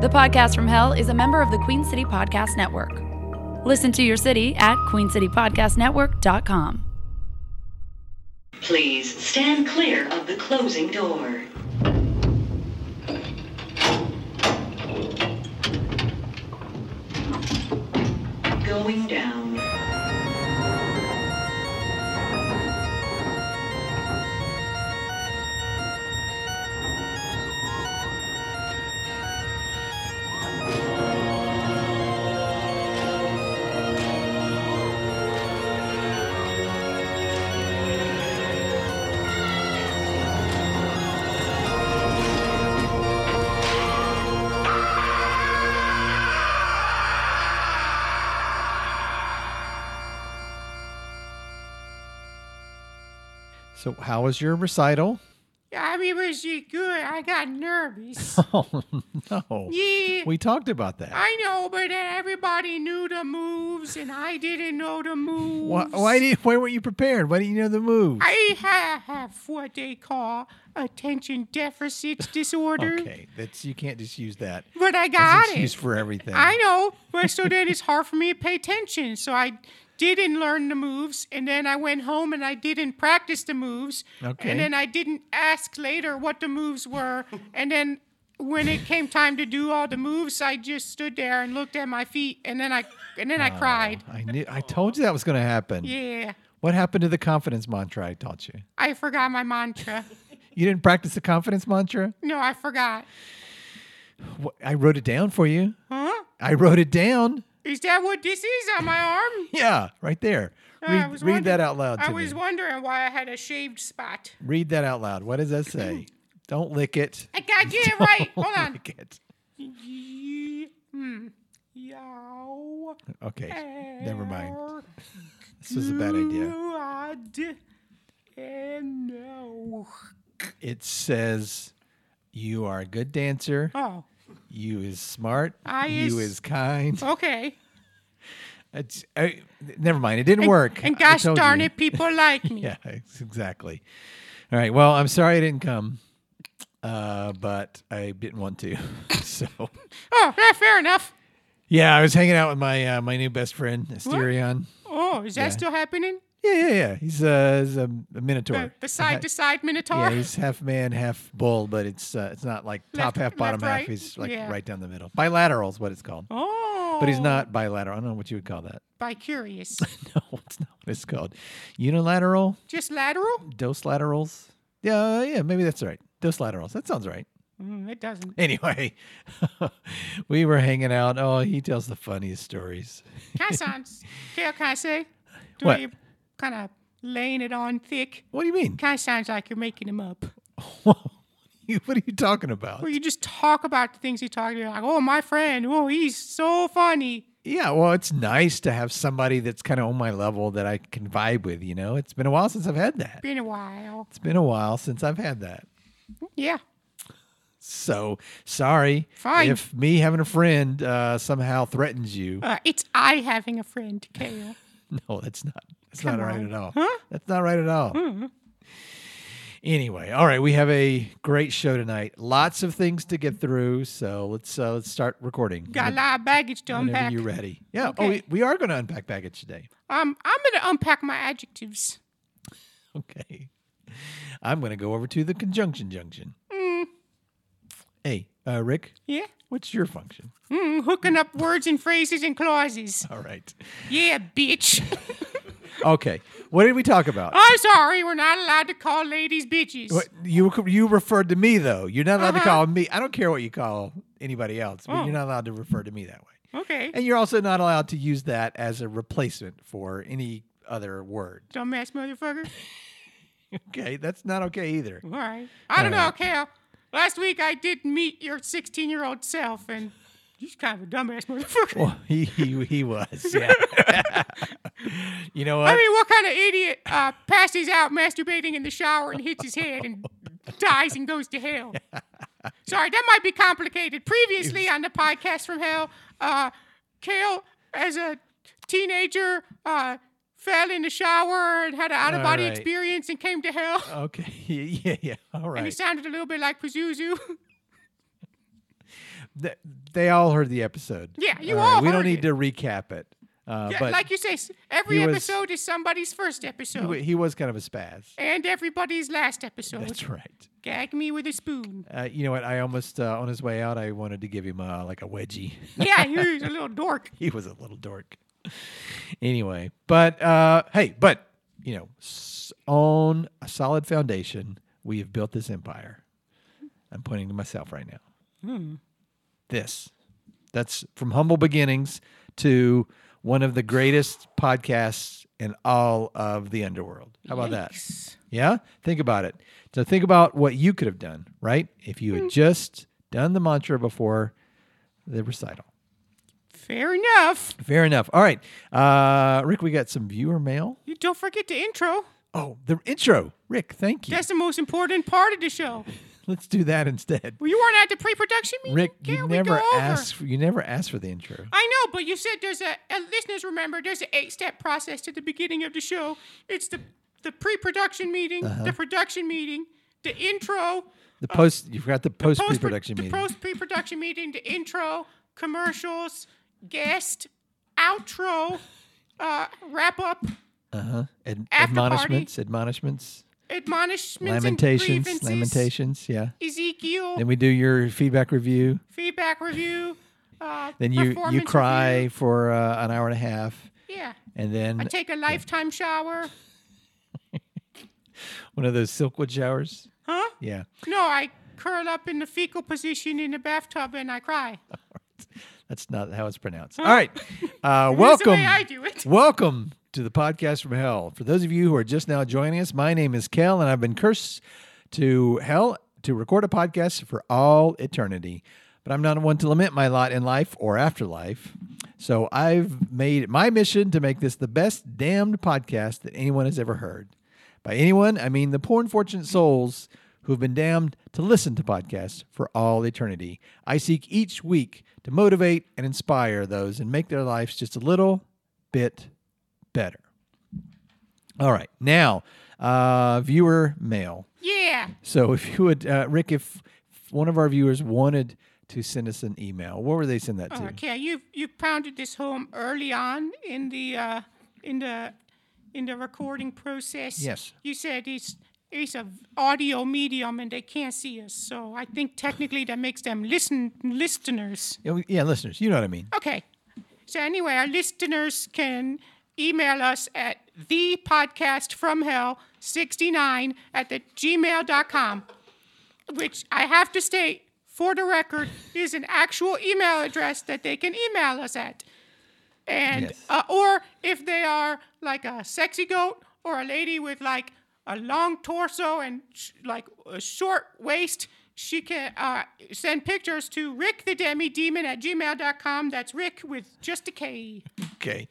The Podcast from Hell is a member of the Queen City Podcast Network. Listen to your city at queencitypodcastnetwork.com. Please stand clear of the closing door. Going down. So, how was your recital? I mean, was she good? I got nervous. Oh no, yeah, we talked about that. I know, but everybody knew the moves, and I didn't know the moves. Why, why did why weren't you prepared? Why didn't you know the move? I ha- have what they call attention deficit disorder, Okay, that's you can't just use that. but I as got an it. excuse for everything. I know, but so then it's hard for me to pay attention. So I didn't learn the moves, and then I went home and I didn't practice the moves. Okay. And then I didn't ask later what the moves were. And then when it came time to do all the moves, I just stood there and looked at my feet, and then I and then I Oh. cried. I knew. I told you that was going to happen. Yeah, What happened to the confidence mantra I taught you? I forgot my mantra. You didn't practice the confidence mantra. No, I forgot. Wh- I wrote it down for you. Huh? I wrote it down. Is that what this is on my arm? Yeah, right there. I Read, was read that wonder- out loud to I me. was wondering why I had a shaved spot. read that out loud. What does that say? Don't lick it. I gotta get it right. Hold Don't on. lick it. Ye- hmm. Yow. Okay, never mind. Er, This was a bad idea. good, And no. it says you are a good dancer Oh, you is smart I you is- is kind okay. it's, I, never mind it didn't work And I gosh told darn you. it, people like me. yeah ex- exactly all right well i'm sorry i didn't come uh, but i didn't want to so Oh, yeah, fair enough. yeah i was hanging out with my uh, my new best friend asterion Oh, is that still happening? yeah yeah yeah he's, uh, he's a, a minotaur The, the side to side minotaur? Uh-huh. Yeah, he's half man, half bull, but it's uh, it's not like top Left- half, bottom left, right? half. He's like Yeah. right down the middle. Bilateral is what it's called. oh. But he's not bilateral. I don't know what you would call that. By curious. No, it's not what it's called. Unilateral, Just lateral? dose laterals. Yeah, uh, yeah, maybe that's right. Dose laterals. That sounds right. Mm, it doesn't. Anyway, we were hanging out. Oh, he tells the funniest stories. Kind of sounds. Can I say? The What? way you kind of laying it on thick. What do you mean? Kind of sounds like you're making them up. what are you talking about? Where you just talk about the things you talk about, like, oh, my friend, oh, he's so funny. Yeah, well, it's nice to have somebody that's kind of on my level that I can vibe with, you know? It's been a while since I've had that. Been a while. It's been a while since I've had that. Yeah. So sorry Fine. if me having a friend uh, somehow threatens you. Uh, it's I having a friend, Kale. No, that's not. That's not right on. at Mm-hmm. all. That's not right at all. Anyway, all right, we have a great show tonight. Lots of things to get through, so let's uh, let's start recording. Got a lot of baggage to whenever unpack. you're ready. Yeah. Oh, Okay. we, we are going to unpack baggage today. Um, I'm going to unpack my adjectives. Okay. I'm going to go over to the conjunction junction. Mm. Hey, uh, Rick, Yeah. what's your function? Mm, hooking up words and phrases and clauses. All right. Yeah, bitch. Okay. What did we talk about? I'm sorry, we're not allowed to call ladies bitches. What, you you referred to me though. You're not allowed to Uh-huh. call me. I don't care what you call anybody else, but Oh. you're not allowed to refer to me that way. Okay. And you're also not allowed to use that as a replacement for any other word. Dumbass motherfucker. Okay, that's not okay either. All right. I don't know, Cal. Last week I did meet your 16 year old self, and you're kind of a dumbass motherfucker. Well, he he, he was. Yeah. you know what? I mean, what kind of idiot uh, passes out masturbating in the shower and hits his head and dies and goes to hell? Sorry, that might be complicated. Previously on the podcast from hell, uh, Kale, as a teenager, uh, fell in the shower and had an out of body Alright. experience and came to hell. okay. Yeah, yeah. All And he Uh, right. Uh, sounded a little bit like Pazuzu. Th- they all heard the episode. Yeah, you all We don't heard need it. to recap it. Uh, Yeah, but like you say, s- every he was- episode is somebody's first he, episode wa- he was kind of a spaz. and everybody's last episode. That's right. Gag me with a spoon. Uh, you know what? I almost uh, on his way out, I wanted to give him uh, like a wedgie. Yeah, he was a little dork. he was a little dork. anyway, but uh, hey, but you know, s- on a solid foundation, we have built this empire. I'm pointing to myself right now. This, that's from humble beginnings to one of the greatest podcasts in all of the underworld. How about that? Yikes. Yeah, think about it. So think about what you could have done, right? If you had just done the mantra before the recital. Fair enough. Fair enough. All right, uh, Rick, we got some viewer mail. You don't forget the intro. Oh, the intro, Rick. Thank you. That's the most important part of the show. Let's do that instead. Well, you weren't at the pre-production meeting. Rick, yeah, you we never go over. asked. For, you never asked for the intro. I know, but you said there's a, and listeners remember there's an eight-step process to the beginning of the show. It's the the pre-production meeting, Uh-huh. the production meeting, the intro, The post. You forgot the post post- pre-production Uh, the meeting. post pre-production meeting, the intro, commercials, guest, outro, uh, wrap up, uh-huh. Ad- after party. admonishments. Admonishments. admonishments, and Lamentations. grievances, Oh. Lamentations. Yeah. Ezekiel, Then we do your feedback review. feedback review. Uh, Then you you performance cry Mm. review. for uh, an hour and a half, Yeah. and then I take a lifetime shower. one of those silkwood showers. Huh? Yeah. No, I curl up in the fecal position in the bathtub and I cry. That's not how it's pronounced. All right. Uh, welcome. way I do it. Welcome to the podcast from hell. For those of you who are just now joining us, my name is Kel, and I've been cursed to hell to record a podcast for all eternity. But I'm not one to lament my lot in life or afterlife. So I've made it my mission to make this the best damned podcast that anyone has ever heard. By anyone, I mean the poor unfortunate souls who've been damned to listen to podcasts for all eternity. I seek each week to motivate and inspire those and make their lives just a little bit better. All right, now, uh, viewer mail. Yeah. So if you would, uh, Rick, if one of our viewers wanted to send us an email, where would they send that to? Oh, Okay, you you pounded this home early on in the uh, in the in the recording process. Yes. You said it's it's a audio medium and they can't see us, so I think technically that makes them listen listeners. Yeah, we- Oh, Yeah, listeners, you know what I mean. Okay. So anyway, our listeners can email us at the podcast from hell 69 at the gmail.com, which I have to state for the record is an actual email address that they can email us at. And Yes. uh, or if they are like a sexy goat or a lady with like a long torso and sh- like a short waist, she can uh, send pictures to Rick the Demi Demon at gmail.com. That's Rick with just a K. Okay,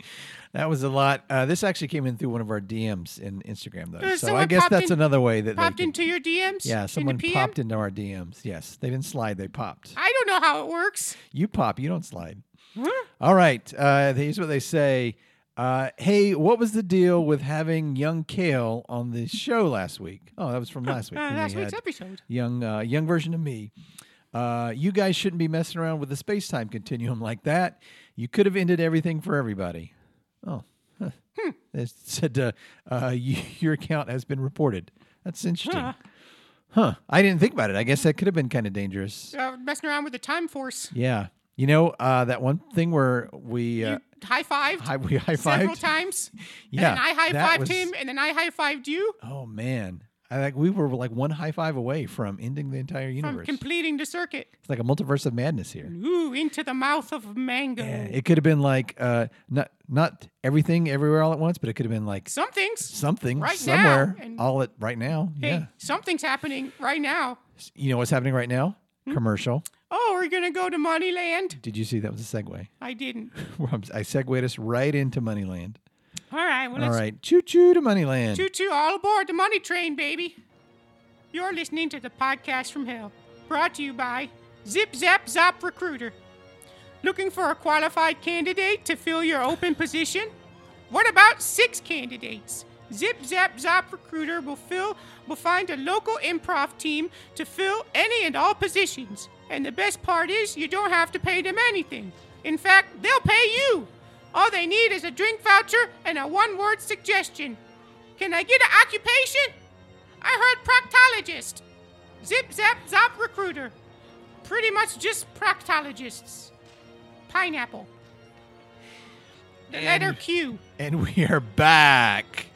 that was a lot. Uh, this actually came in through one of our DMs in Instagram, though. Uh, so I someone guess popped that's in- another way that Popped they could- into your DMs? yeah, someone in the PM? popped into our DMs. Yes, they didn't slide; they popped. I don't know how it works. Uh, You pop, you don't slide. Huh? All right. Uh, here's what they say. Uh, hey, what was the deal with having young Kale on the show last week? Oh, that was from last week. Uh, when we last week's had episode. Young, uh, young version of me. Uh, you guys shouldn't be messing around with the space time continuum like that. You could have ended everything for everybody. Oh, huh. Hmm. it said uh, uh, y- your account has been reported. That's interesting. Huh. I didn't think about it. I guess that could have been kind of dangerous. Uh, messing around with the time force. Yeah. You know, uh, that one thing where we. Uh, High fived Hi, we high several fived. times. Yeah, And then I high that fived was- him, and then I high fived you Oh man, I like we were like one high five away from ending the entire from universe. completing the circuit. it's like a multiverse of madness here. Ooh, into the mouth of mango. Yeah, it could have been like uh, not not everything everywhere all at once, but it could have been like Some things. something Right now, somewhere and- all at right now. Hey, Yeah, something's happening right now. you know what's happening right now? Hmm? Commercial. Oh, we're gonna go to Moneyland. Did you see that was a segue? I didn't. I segued us right into Moneyland. All right. Well, All let's right, choo choo to Moneyland. Choo choo, all aboard the money train, baby. You're listening to the podcast from hell, brought to you by Zip Zap Zop Recruiter. Looking for a qualified candidate to fill your open position? What about six candidates? Zip Zap Zop Recruiter will fill will find a local improv team to fill any and all positions. And the best part is you don't have to pay them anything. In fact, they'll pay you. All they need is a drink voucher and a one-word suggestion. Can I get an occupation? I heard proctologist. Zip Zap Zop Recruiter. Pretty much just proctologists. Pineapple. The letter And- Q. And we are back.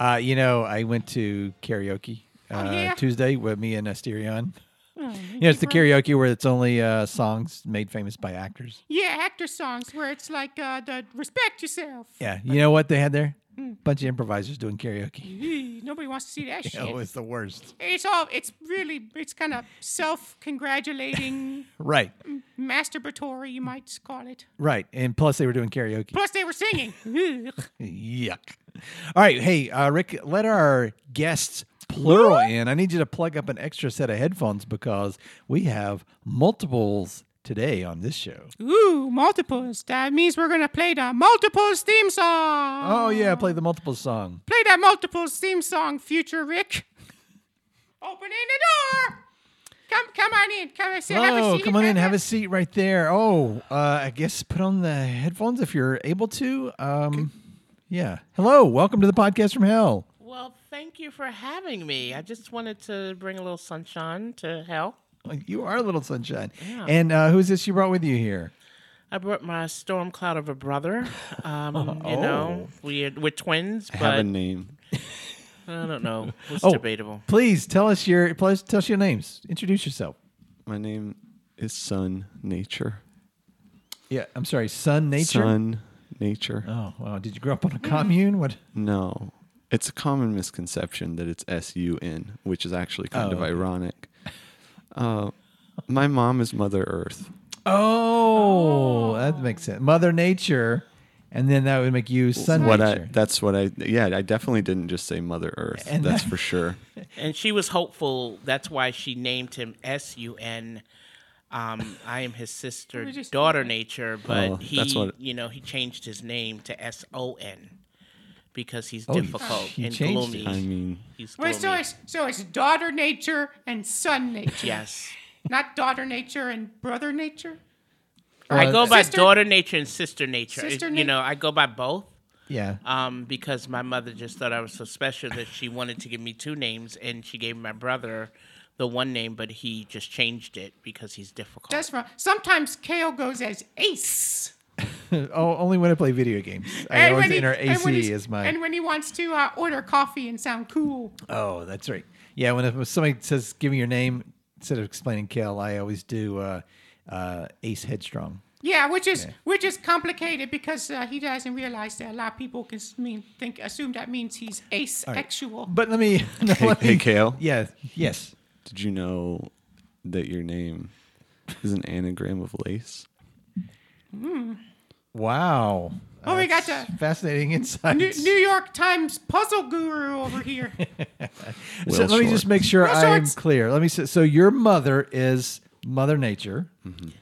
Uh, you know, I went to karaoke uh, yeah? Tuesday with me and Asterion. you know, it's the karaoke where it's only uh, songs made famous by actors. Yeah, actor songs where it's like uh, the respect yourself. Yeah. You know what they had there? Bunch of improvisers doing karaoke. Eee, Nobody wants to see that shit. It was the worst. It's all. It's really. It's kind of self-congratulating, Right. Mm. masturbatory, you might call it. Right. And plus, they were doing karaoke. Plus, they were singing. Ugh. Yuck. All right. Hey, uh, Rick, let our guests plural in. I need you to plug up an extra set of headphones because we have multiples today on this show. Ooh, multiples. That means we're gonna play the multiples theme song. Oh, yeah. Play the multiple song. Play that multiples theme song, future Rick. Opening the door. Come, come on in. Come and sit. have a Oh, seat. come on in. Have a seat right there. Oh, uh, I guess put on the headphones if you're able to. Um, yeah. Hello. Welcome to the podcast from hell. Well, thank you for having me. I just wanted to bring a little sunshine to hell. You are a little sunshine. Yeah. And uh, who's this you brought with you here? I brought my storm cloud of a brother. Um, Oh. You know, we we're twins, but have a name. I don't know. It's Oh. debatable. Please tell us your please tell us your names. Introduce yourself. My name is Sun Nature. Yeah, I'm sorry. Sun nature. Sun Nature. Oh wow! Did you grow up on a commune? What? No. It's a common misconception that it's S U N, which is actually kind Oh, of ironic. Uh, my mom is Mother Earth. Oh, that makes sense. Mother nature, and then that would make you sun What I, nature. that's what I, yeah, I definitely didn't just say Mother Earth. And that's that- for sure. And she was hopeful. That's why she named him S U N. Um, I am his sister, just- daughter nature, but Oh, he, that's what- you know, he changed his name to S O N because he's Oh, he- difficult he and changed it. gloomy. I mean, he's gloomy. Wait, so it's so it's daughter nature and son nature. yes. Not daughter nature and brother nature. I go by Uh, Sister- daughter nature and sister nature. Sister It- nat- you know, I go by both yeah. um, because my mother just thought I was so special that she wanted to give me two names, and she gave my brother the one name, but he just changed it because he's difficult. That's wrong. Sometimes Kale goes as Ace. Oh, only when I play video games. I And always when he- enter and when he's- AC as my. And when he wants to uh, order coffee and sound cool. Oh, that's right. Yeah, when if somebody says give me your name instead of explaining kill, I always do uh, uh, Ace Headstrong. Yeah, which is which is complicated because uh, he doesn't realize that a lot of people can s- mean think assume that means he's ace actual. But let me. no, Hey- let me- hey, Kale. Yeah. Yes. did you know that your name is an anagram of lace? Wow. Oh, we got That's the- fascinating insights. New, New York Times puzzle guru over here. so Well, let me just short. make sure Well, I'm shorts. clear. Let me. Say, so your mother is Mother Nature, and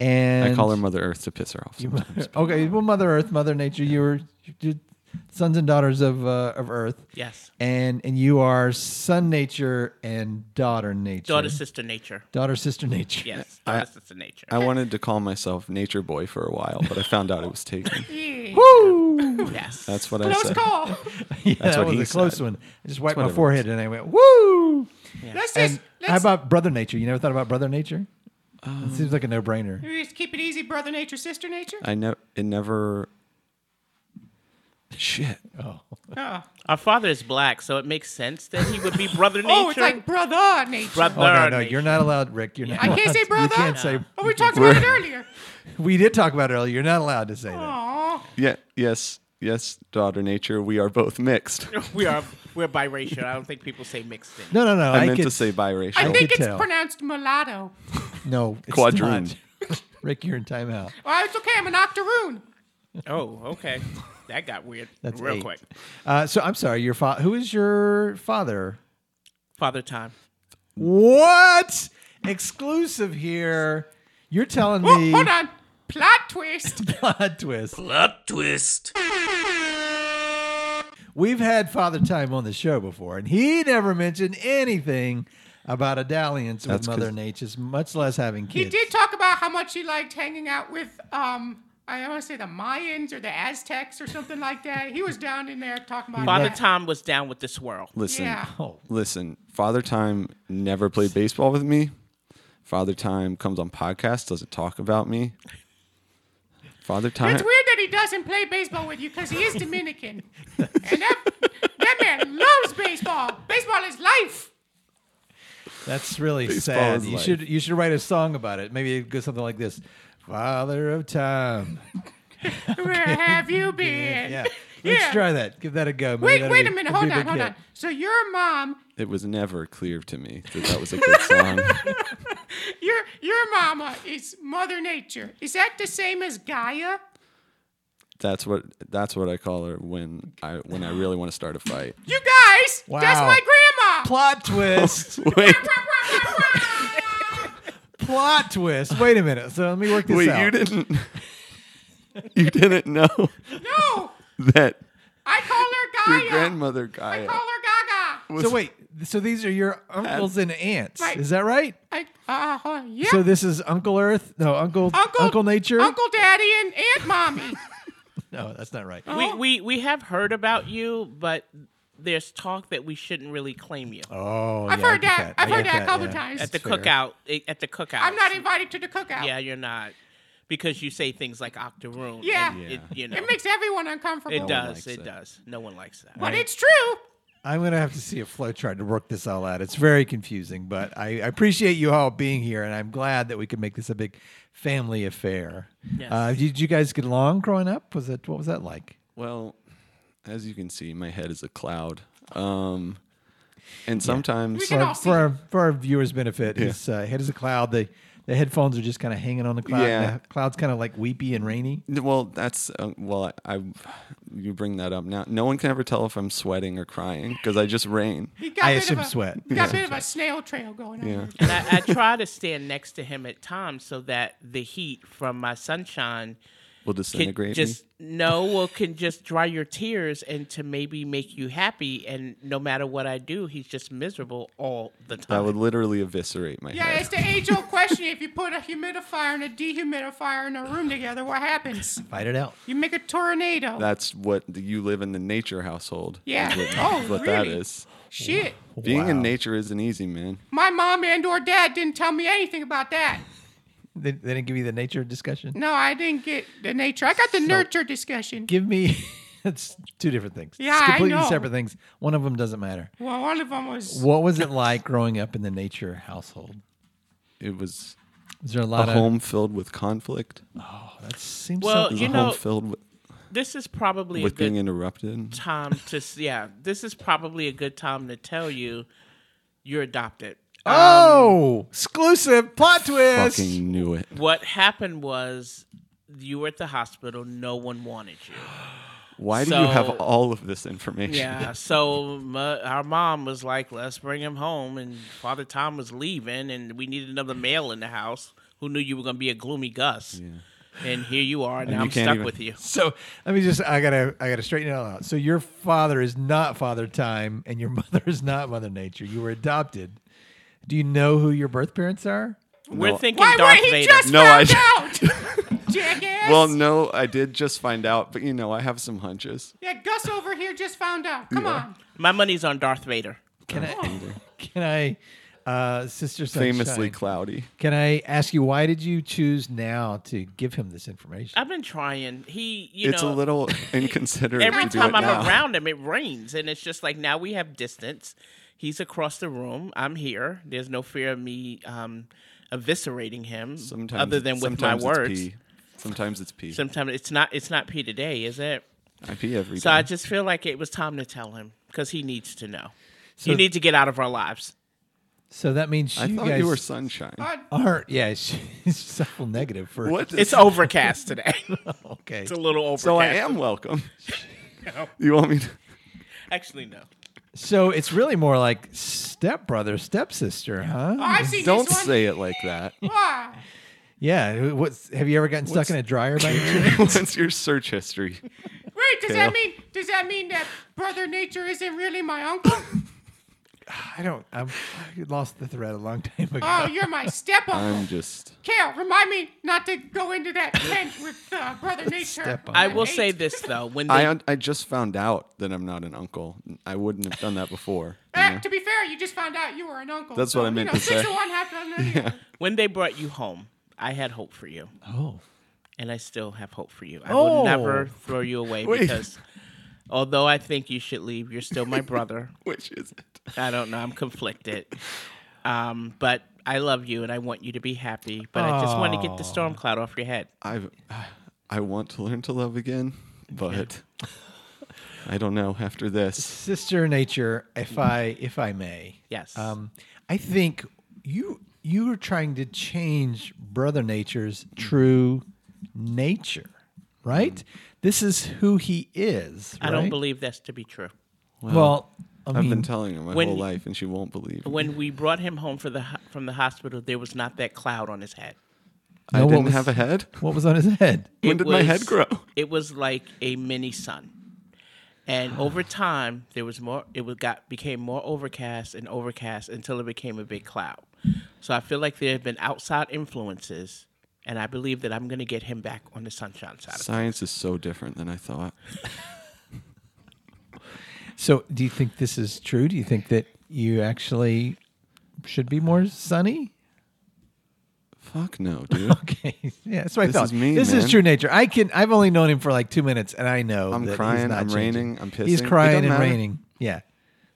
Mm-hmm. I call her Mother Earth to piss her off. sometimes. Okay, well, Mother Earth, Mother Nature, you were you- sons and daughters of uh, of Earth. Yes. and and you are son nature and daughter nature. daughter sister nature. daughter sister nature. Yes, daughter sister nature. I wanted to call myself Nature Boy for a while, but I found out it was taken. Yeah. Woo! yes. That's what I Close said. call. yeah, That's that what was he a close said. one. I just wiped what my it forehead and I went woo. Let's just And let's, how about brother nature? You never thought about brother nature? it seems like a no brainer. we just keep it easy, brother nature, sister nature. Uh, I never. It never. Shit. Oh. Our father is black, so it makes sense that he would be brother nature. oh, it's like brother nature. brother. Oh no, no, nature. you're not allowed, Rick. You're not. I allowed- can't say brother. You can't say. Oh, we talked about it earlier. We did talk about it earlier. You're not allowed to say that. Aw. Yeah. Yes. Yes. Daughter Nature. We are both mixed. we are we're biracial. I don't think people say mixed. In. No, no, no. I, I, meant could, to say biracial. I think could it's tell. pronounced mulatto. no. It's Quadroon. not. Rick, you're in timeout. Well, Oh, it's okay. I'm an octoroon. Oh, okay. That got weird. That's real eight. quick. Uh, so I'm sorry. Your fa- Who is your father? Father time. What? Exclusive here. You're telling Oh, me hold on. Plot twist. plot twist. Plot twist. We've had Father Time on the show before, and he never mentioned anything about a dalliance That's with 'cause- Mother Nature, much less having He kids. did talk about how much he liked hanging out with, um, I want to say the Mayans or the Aztecs or something like that. He was down in there talking about Father that. Tom was down with the swirl. Listen, Yeah. Oh, listen. Father Time never played baseball with me. Father Time comes on podcasts, doesn't talk about me. Father Time. It's weird that he doesn't play baseball with you because he is Dominican. and that, that man loves baseball. Baseball is life. that's really Baseball sad. is You life. should you should write a song about it. Maybe it goes something like this: Father of Time. Where have you been? Yeah, let's Yeah. try that. Give that a go. Maybe Wait, that'll wait be- a minute. that'll be Hold a on, big hold hit. on. So your mom, It was never clear to me that that was a good song. your your mama is Mother Nature. Is that the same as Gaia? that's what that's what I call her when I when I really want to start a fight. You guys, that's Wow. my grandma. Plot twist. Wait, plot twist. Wait a minute. So let me work this wait, out. you didn't you didn't know No, that I call her your Gaia. grandmother I Gaia. call her Gaga. so wait. So these are your uncles and aunts. Right. Is that right? I, uh, huh, yeah. So this is Uncle Earth. No, Uncle Uncle, Nature. Uncle Daddy, and Aunt Mommy. No, that's not right. We, Oh. we we have heard about you, but there's talk that we shouldn't really claim you Oh, I've yeah, I heard get that. I've I heard get that a couple yeah. times. at the fair. cookout. eh, At the cookout, I'm not invited to the cookout. Yeah, you're not because you say things like octoroon. Yeah. and It, you know, It makes everyone uncomfortable. it likes does. It, it. does. No one likes that. But it's true. I'm gonna have to see a flow chart to work this all out. It's very confusing, but I, I appreciate you all being here, and I'm glad that we could make this a big family affair. Yes. Uh, did you guys get along growing up? Was that what was that like? Well, as you can see, my head is a cloud. Um, and sometimes We for, can all our, see. for, our, for our viewers' benefit, his uh, head is a cloud. The the headphones are just kind of hanging on the cloud. Yeah. And the cloud's kind of like weepy and rainy. N- Well, that's uh, well. I, I you bring that up now. No one can ever tell if I'm sweating or crying because I just rain. He got I bit of assume a- sweat. he Got a bit of a snail trail going on. Yeah. there. And I, I try to stand next to him at times so that the heat from my sunshine Will can disintegrate just no well can just dry your tears and to maybe make you happy. And no matter what I do, he's just miserable all the me. That time. would literally eviscerate my Yeah, it's head. the age old question. If you put a humidifier and a dehumidifier in a room together, what happens? Fight it out. You make a tornado. That's what the, you live in the nature household. is Yeah. What, Oh, is what that really? is. Shit. Being Wow. in nature isn't easy, man. My mom and or dad didn't tell me anything about that. They, they didn't give you the nature discussion. No, I didn't get the nature. I got the nurture discussion. Give me. It's two different things. Yeah, it's I completely know. separate things. One of them doesn't matter. Well, one of them was What was it like growing up in the nature household? It was Is there a a uh, lot of home filled with conflict. That seems Well, It was You a know, home filled with, this is probably a with good being interrupted. time to s- yeah. This is probably a good time to tell you you're adopted. Uh, Oh, exclusive plot twist. Fucking knew it. What happened was you were at the hospital. No one wanted you. Why do you have So- all of this information? Yeah. So my, our mom was like, "Let's bring him home," and Father Tom was leaving, and we needed another male in the house. Who knew you were going to be a gloomy Gus? And here you are. Now you I'm can't stuck even- with you. So let me just I gotta I gotta straighten it all out. So your father is not Father Time and your mother is not Mother Nature. You were adopted. Do you know who your birth parents are? We're thinking Why Darth would he Vader. just No, I found out? Jackass. Well, no, I did just find out, but you know, I have some hunches. yeah, Gus over here just found out. Come on. My money's on Darth Vader. Can I can I uh sister Sunshine, Famously cloudy. Can I ask you why did you choose now to give him this information? I've been trying. He, you it's know, a little inconsiderate. every to do time it I'm now. around him, it rains, and it's just like now we have distance. He's across the room. I'm here. There's no fear of me um, eviscerating him, sometimes, other than with my sometimes it's words. pee. Sometimes it's pee. Sometimes it's not. It's not P today, is it? I pee every So I day. just feel like it was time to tell him because he needs to know. So- you need to get out of our lives. So that means you I thought guys you were sunshine. aren't yeah, she's double negative for What? It's does- overcast today. okay. it's a little overcast. so I am welcome. You want me to? Actually, no. So it's really more like stepbrother, stepsister, huh? Oh, Ah. I've seen Don't this one. say it like that. Why? Yeah. What's have you ever gotten stuck in a dryer by any chance? What's your search history? Wait, Wait, does Kale. that mean does that mean that Brother Nature isn't really my uncle? I don't. I'm, I lost the thread a long time ago. Ah. Oh, you're my step uncle. I'm just. Kale, remind me not to go into that tent with uh, Brother Nature. Step on I at will say eight. this though, when I they un- I just found out that I'm not an uncle. I wouldn't have done that before. you Eh, know? to be fair, you just found out you were an uncle. That's what I meant you know, to six say. of one, half dozen of the other. when they brought you home, I had hope for you, oh, and I still have hope for you. I will never Oh. throw you away Wait. because although I think you should leave, you're still my brother. Which is it? I don't know. I'm conflicted. Um, but I love you and I want you to be happy. But I just want to get the storm cloud off your head. I I want to learn to love again, but I don't know after this. sister nature. If I if I may, Yes. Um, I think you you are trying to change brother nature's true nature, right? This is who he is. I don't right? believe that's to be true. Well, I I've mean, been telling her my when- whole life, and she won't believe. me. When we brought him home for the ho- from the hospital, there was not that cloud on his head. I No, what didn't was- have a head. what was on his head? When It did my head was- grow? It was like a mini sun. And over time, there was more. It was got became more overcast and overcast until it became a big cloud. So I feel like there have been outside influences, and I believe that I'm going to get him back on the sunshine side. Of it. Science is so different than I thought. So, do you think this is true? Do you think that you actually should be more sunny? Fuck no, dude. Okay, yeah, that's what I This thought. is me, this is man. true nature. I can. I've only known him for like two minutes, and I know I'm that he's crying, not I'm changing. raining, I'm He's pissing. It crying doesn't and matter. raining. Yeah,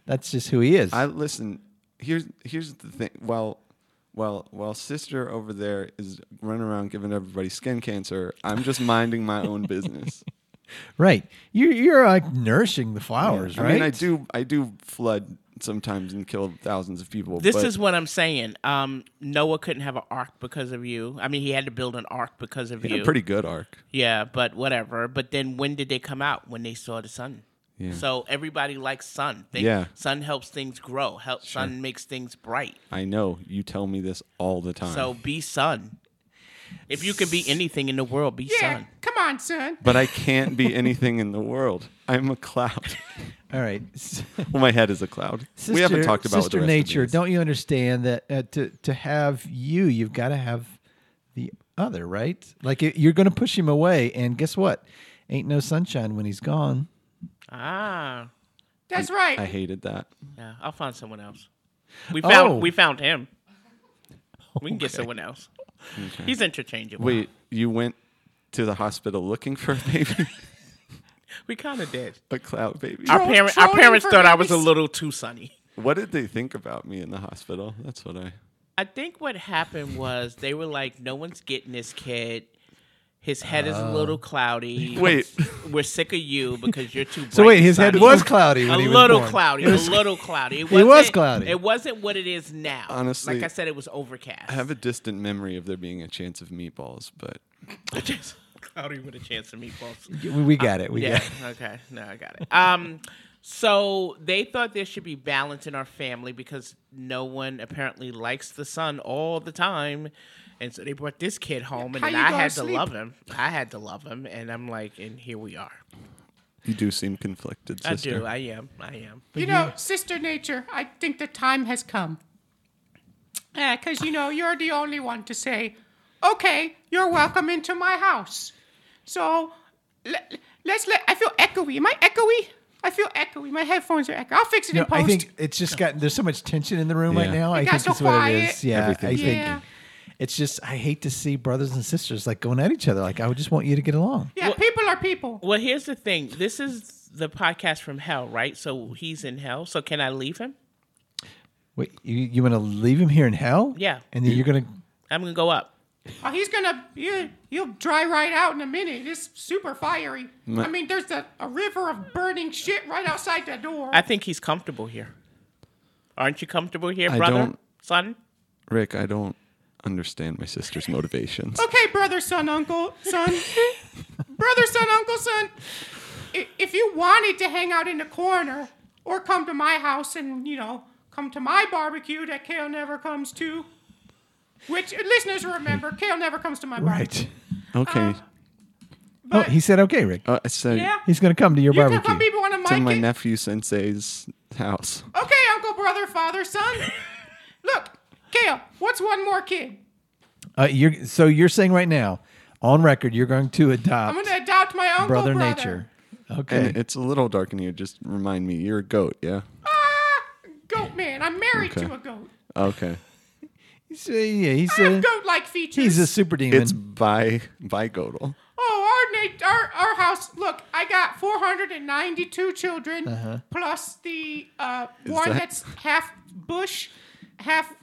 that's just who he is. I listen. Here's here's the thing. While while while sister over there is running around giving everybody skin cancer, I'm just minding my own business. right. You, you're like nourishing the flowers, I right? mean, I do I do flood sometimes and kill thousands of people. This but is what I'm saying. Um, Noah couldn't have an ark because of you. I mean, he had to build an ark because of he had you. a pretty good arc. Yeah, but whatever. But then when did they come out? When they saw the sun. Yeah. So everybody likes sun. Think- Yeah. Sun helps things grow. Help sun makes things bright. I know you tell me this all the time. So be sun. If you can be anything in the world, be Yeah, sun. come on, son. but I can't be anything in the world. I'm a cloud. All right. well, my head is a cloud. we haven't Sister- talked about sister what the rest nature. Of it is. Don't you understand that uh, to to have you, you've got to have the other, right? Like it, you're going to push him away, and guess what? Ain't no sunshine when he's gone. Ah. That's right. I hated that. Yeah, I'll find someone else. We found Oh. we found him. We can get someone else. He's interchangeable. Wait, you went to the hospital looking for a baby, we kind of did. a cloud baby. Our, Troll- parent, our trolling parents for thought I was a babies. little too sunny. What did they think about me in the hospital? That's what I. I think what happened was they were like, no one's getting this kid. His head is Oh. a little cloudy. Wait. We're sick of you because you're too bright. So wait, and his head sunny." was cloudy A when he was little born. cloudy. A little cloudy. It, was wasn't- cloudy. It wasn't what it is now. Honestly, Like I said, it was overcast. I have a distant memory of there being a chance of meatballs, but Just cloudy with a chance of meatballs. We, we got it. We Yeah. got it. okay. No, I got it. Um, so they thought there should be balance in our family because no one apparently likes the sun all the time, and so they brought this kid home, and How then you I gonna had to sleep? love him. I had to love him, and I'm like, and here we are. you do seem conflicted, I sister. do. I am. I am. you know, Sister Nature, I think the time has come. Because, you know, you're the only one to say, okay, you're welcome into my house. So let, let's let, I feel echoey. Am I echoey? I feel echoey. My headphones are echoey. I'll fix it No, in post. I think it's just gotten. There's so much tension in the room right Yeah. now. I got think so that's what it quiet. is. Yeah, I Everything's- think Yeah. it's just. I hate to see brothers and sisters like going at each other. Like I would just want you to get along. yeah, people are people. Well, here's the thing. This is the podcast from hell, right? So he's in hell. So can I leave him? Wait, you, you want to leave him here in hell? Yeah. and then you're gonna. I'm gonna go up. Oh, he's gonna you you'll dry right out in a minute. It's super fiery. I mean, there's a, a river of burning shit right outside the door. I think he's comfortable here. Aren't you comfortable here, I brother, don't- son? Rick, I don't understand my sister's motivations. okay, brother, son, uncle, son, brother, son, uncle, son. i- If you wanted to hang out in the corner or come to my house and you know come to my barbecue that Kale never comes to, uh, which listeners remember, Kale never comes to my barbecue. Right. Okay, Oh, But he said, okay, Rick. Uh, so yeah, He's going to come to your you can barbecue. come be one of to my my kids. nephew sensei's house. Okay, uncle, brother, father, son. Look, Kale, what's one more kid? Uh, you're, so you're saying right now, on record, you're going to adopt I'm going to adopt my uncle, brother, brother. nature. Okay. And it's a little dark in here. Just remind me, you're a goat, yeah? Ah, goat man. I'm married Okay. to a goat. Okay. He's, uh, yeah, he's I have a, goat-like features. he's a super demon. It's bi bigodal. Oh, our, na- our our house. Look, I got 492 children plus the uh, one that- that's half bush, half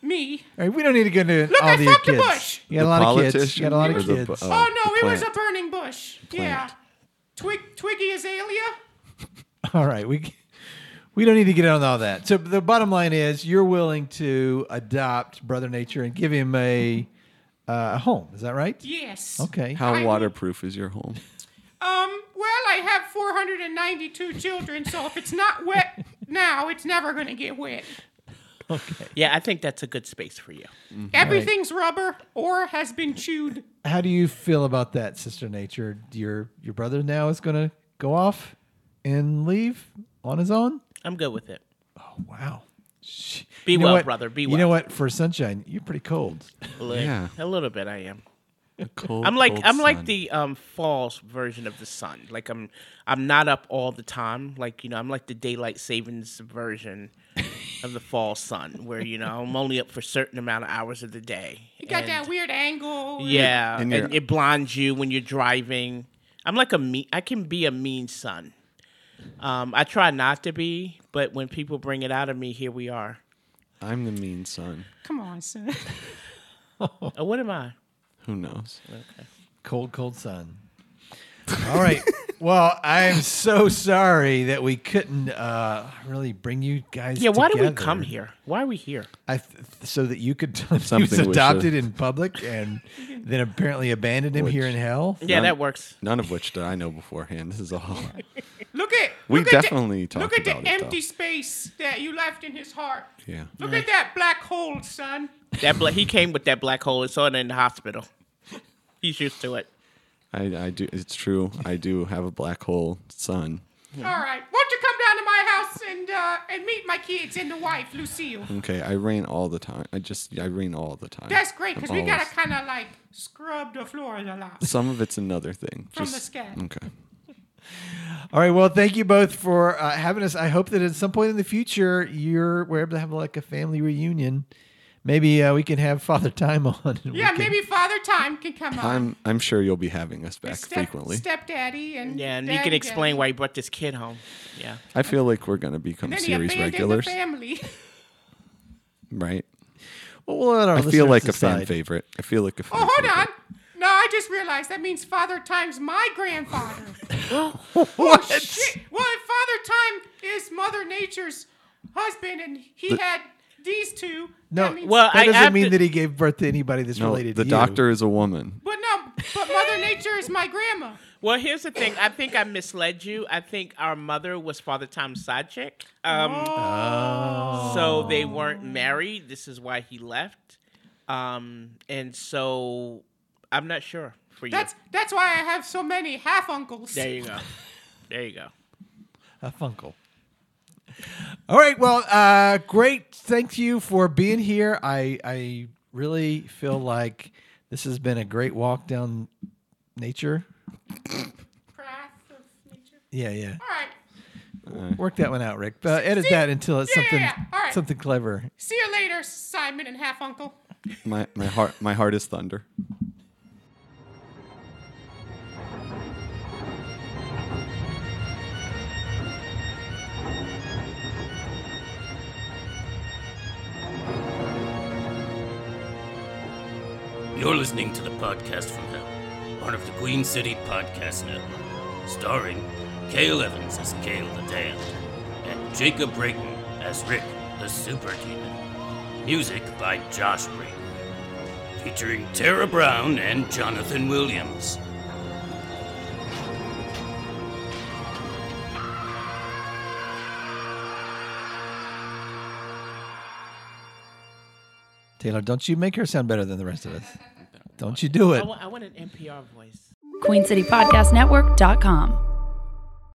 me. All right, we don't need to go into all I the fucked a kids. bush. You got a The lot of kids. You politician got a lot or of the kids. bu- Oh, Oh, no, the it was a plant. burning bush. Yeah, plant. Twig Twiggy azalea. All right, we we don't need to get on all that. So the bottom line is, you're willing to adopt Brother Nature and give him a uh, a home. Is that right? Yes. Okay. How I- waterproof is your home? Um. Well, I have 492 children, so if it's not wet now, it's never gonna get wet. Yeah, I think that's a good space for you. Everything's rubber or has been chewed. How do you feel about that, Sister Nature? Your your brother now is going to go off and leave on his own. I'm good with it. Wow. Sh- Be you know well, what? brother, be You know well. what? For sunshine, you're pretty cold. A little, Yeah. a little bit I am. Cold, I'm like cold I'm like sun. the um false version of the sun. Like I'm I'm not up all the time. Like you know I'm like the daylight savings version of the fall sun, where you know I'm only up for certain amount of hours of the day. You got And- that weird angle. Yeah, and, And you're- it blinds you when you're driving. I'm like a mean. I can be a mean son. Um, I try not to be, but when people bring it out of me, here we are. I'm the mean son. Come on, son. Oh, what am I? Who knows? Cold, cold sun. All right. Well, I'm so sorry that we couldn't uh, really bring you guys. Yeah, why do we together. come here? Why are we here? I th- so that you could tell him he was Something was, uh, adopted in public and then apparently abandoned him here in hell. Yeah, that works. None of which did I know beforehand. This is all. Look at We look definitely at the, talked look at about the it, though. empty space that you left in his heart. Yeah. Look at that black hole, son. That bla- he came with that black hole and saw it in the hospital. He's used to it. I, I do. It's true. I do have a black hole son. All right, won't you come down to my house and uh, and meet my kids and the wife, Lucille? Okay, I rain all the time. I just I rain all the time. That's great because I'm we gotta always- kind of like scrub the floor a lot. Some of it's another thing. From the just, sky. Okay. All right. Well, thank you both for uh, having us. I hope that at some point in the future you're we're able to have like a family reunion. Maybe uh, we can have Father Time on. and we Yeah, can- maybe Father Time can come on. I'm I'm sure you'll be having us back Step- frequently. Stepdaddy and Yeah, and he daddy can explain daddy. why he brought this kid home. Yeah. I feel like we're gonna become Then he series abandoned regulars, The family. right? Well, we'll let our I feel listeners like a fan decide. favorite. I feel like a fan. Oh, hold on. favorite. No, I just realized that means Father Time's my grandfather. what? Oh, shit. Well, if Father Time is Mother Nature's husband, and he had these two. No, that means- Well, That I doesn't have mean to- that he gave birth to anybody that's No, related the to you. doctor is a woman. but no, but Mother Nature is my grandma. Well, here's the thing. I think I misled you. I think our mother was Father Time's side chick. Um, Oh. So they weren't married. This is why he left. Um, and so I'm not sure for you. That's that's why I have so many half uncles. there you go. There you go. a Funkle. All right. Well, uh, great. Thank you for being here. I I really feel like this has been a great walk down nature. Path of nature. Yeah, yeah. All right. Work that one out, Rick. Uh, edit that until it's Yeah, something yeah, yeah. All right. something clever. See you later, Simon and half uncle. My my heart my heart is thunder. You're listening to the podcast from Hell, part of the Queen City Podcast Network, starring Cale Evans as Cale the Damned and Jacob Brayton as Rick the Super Demon. Music by Josh Brayton, featuring Tara Brown and Jonathan Williams. Taylor, don't you make her sound better than the rest of us? Don't you do I it? want, I want an NPR voice. queencitypodcastnetwork.com.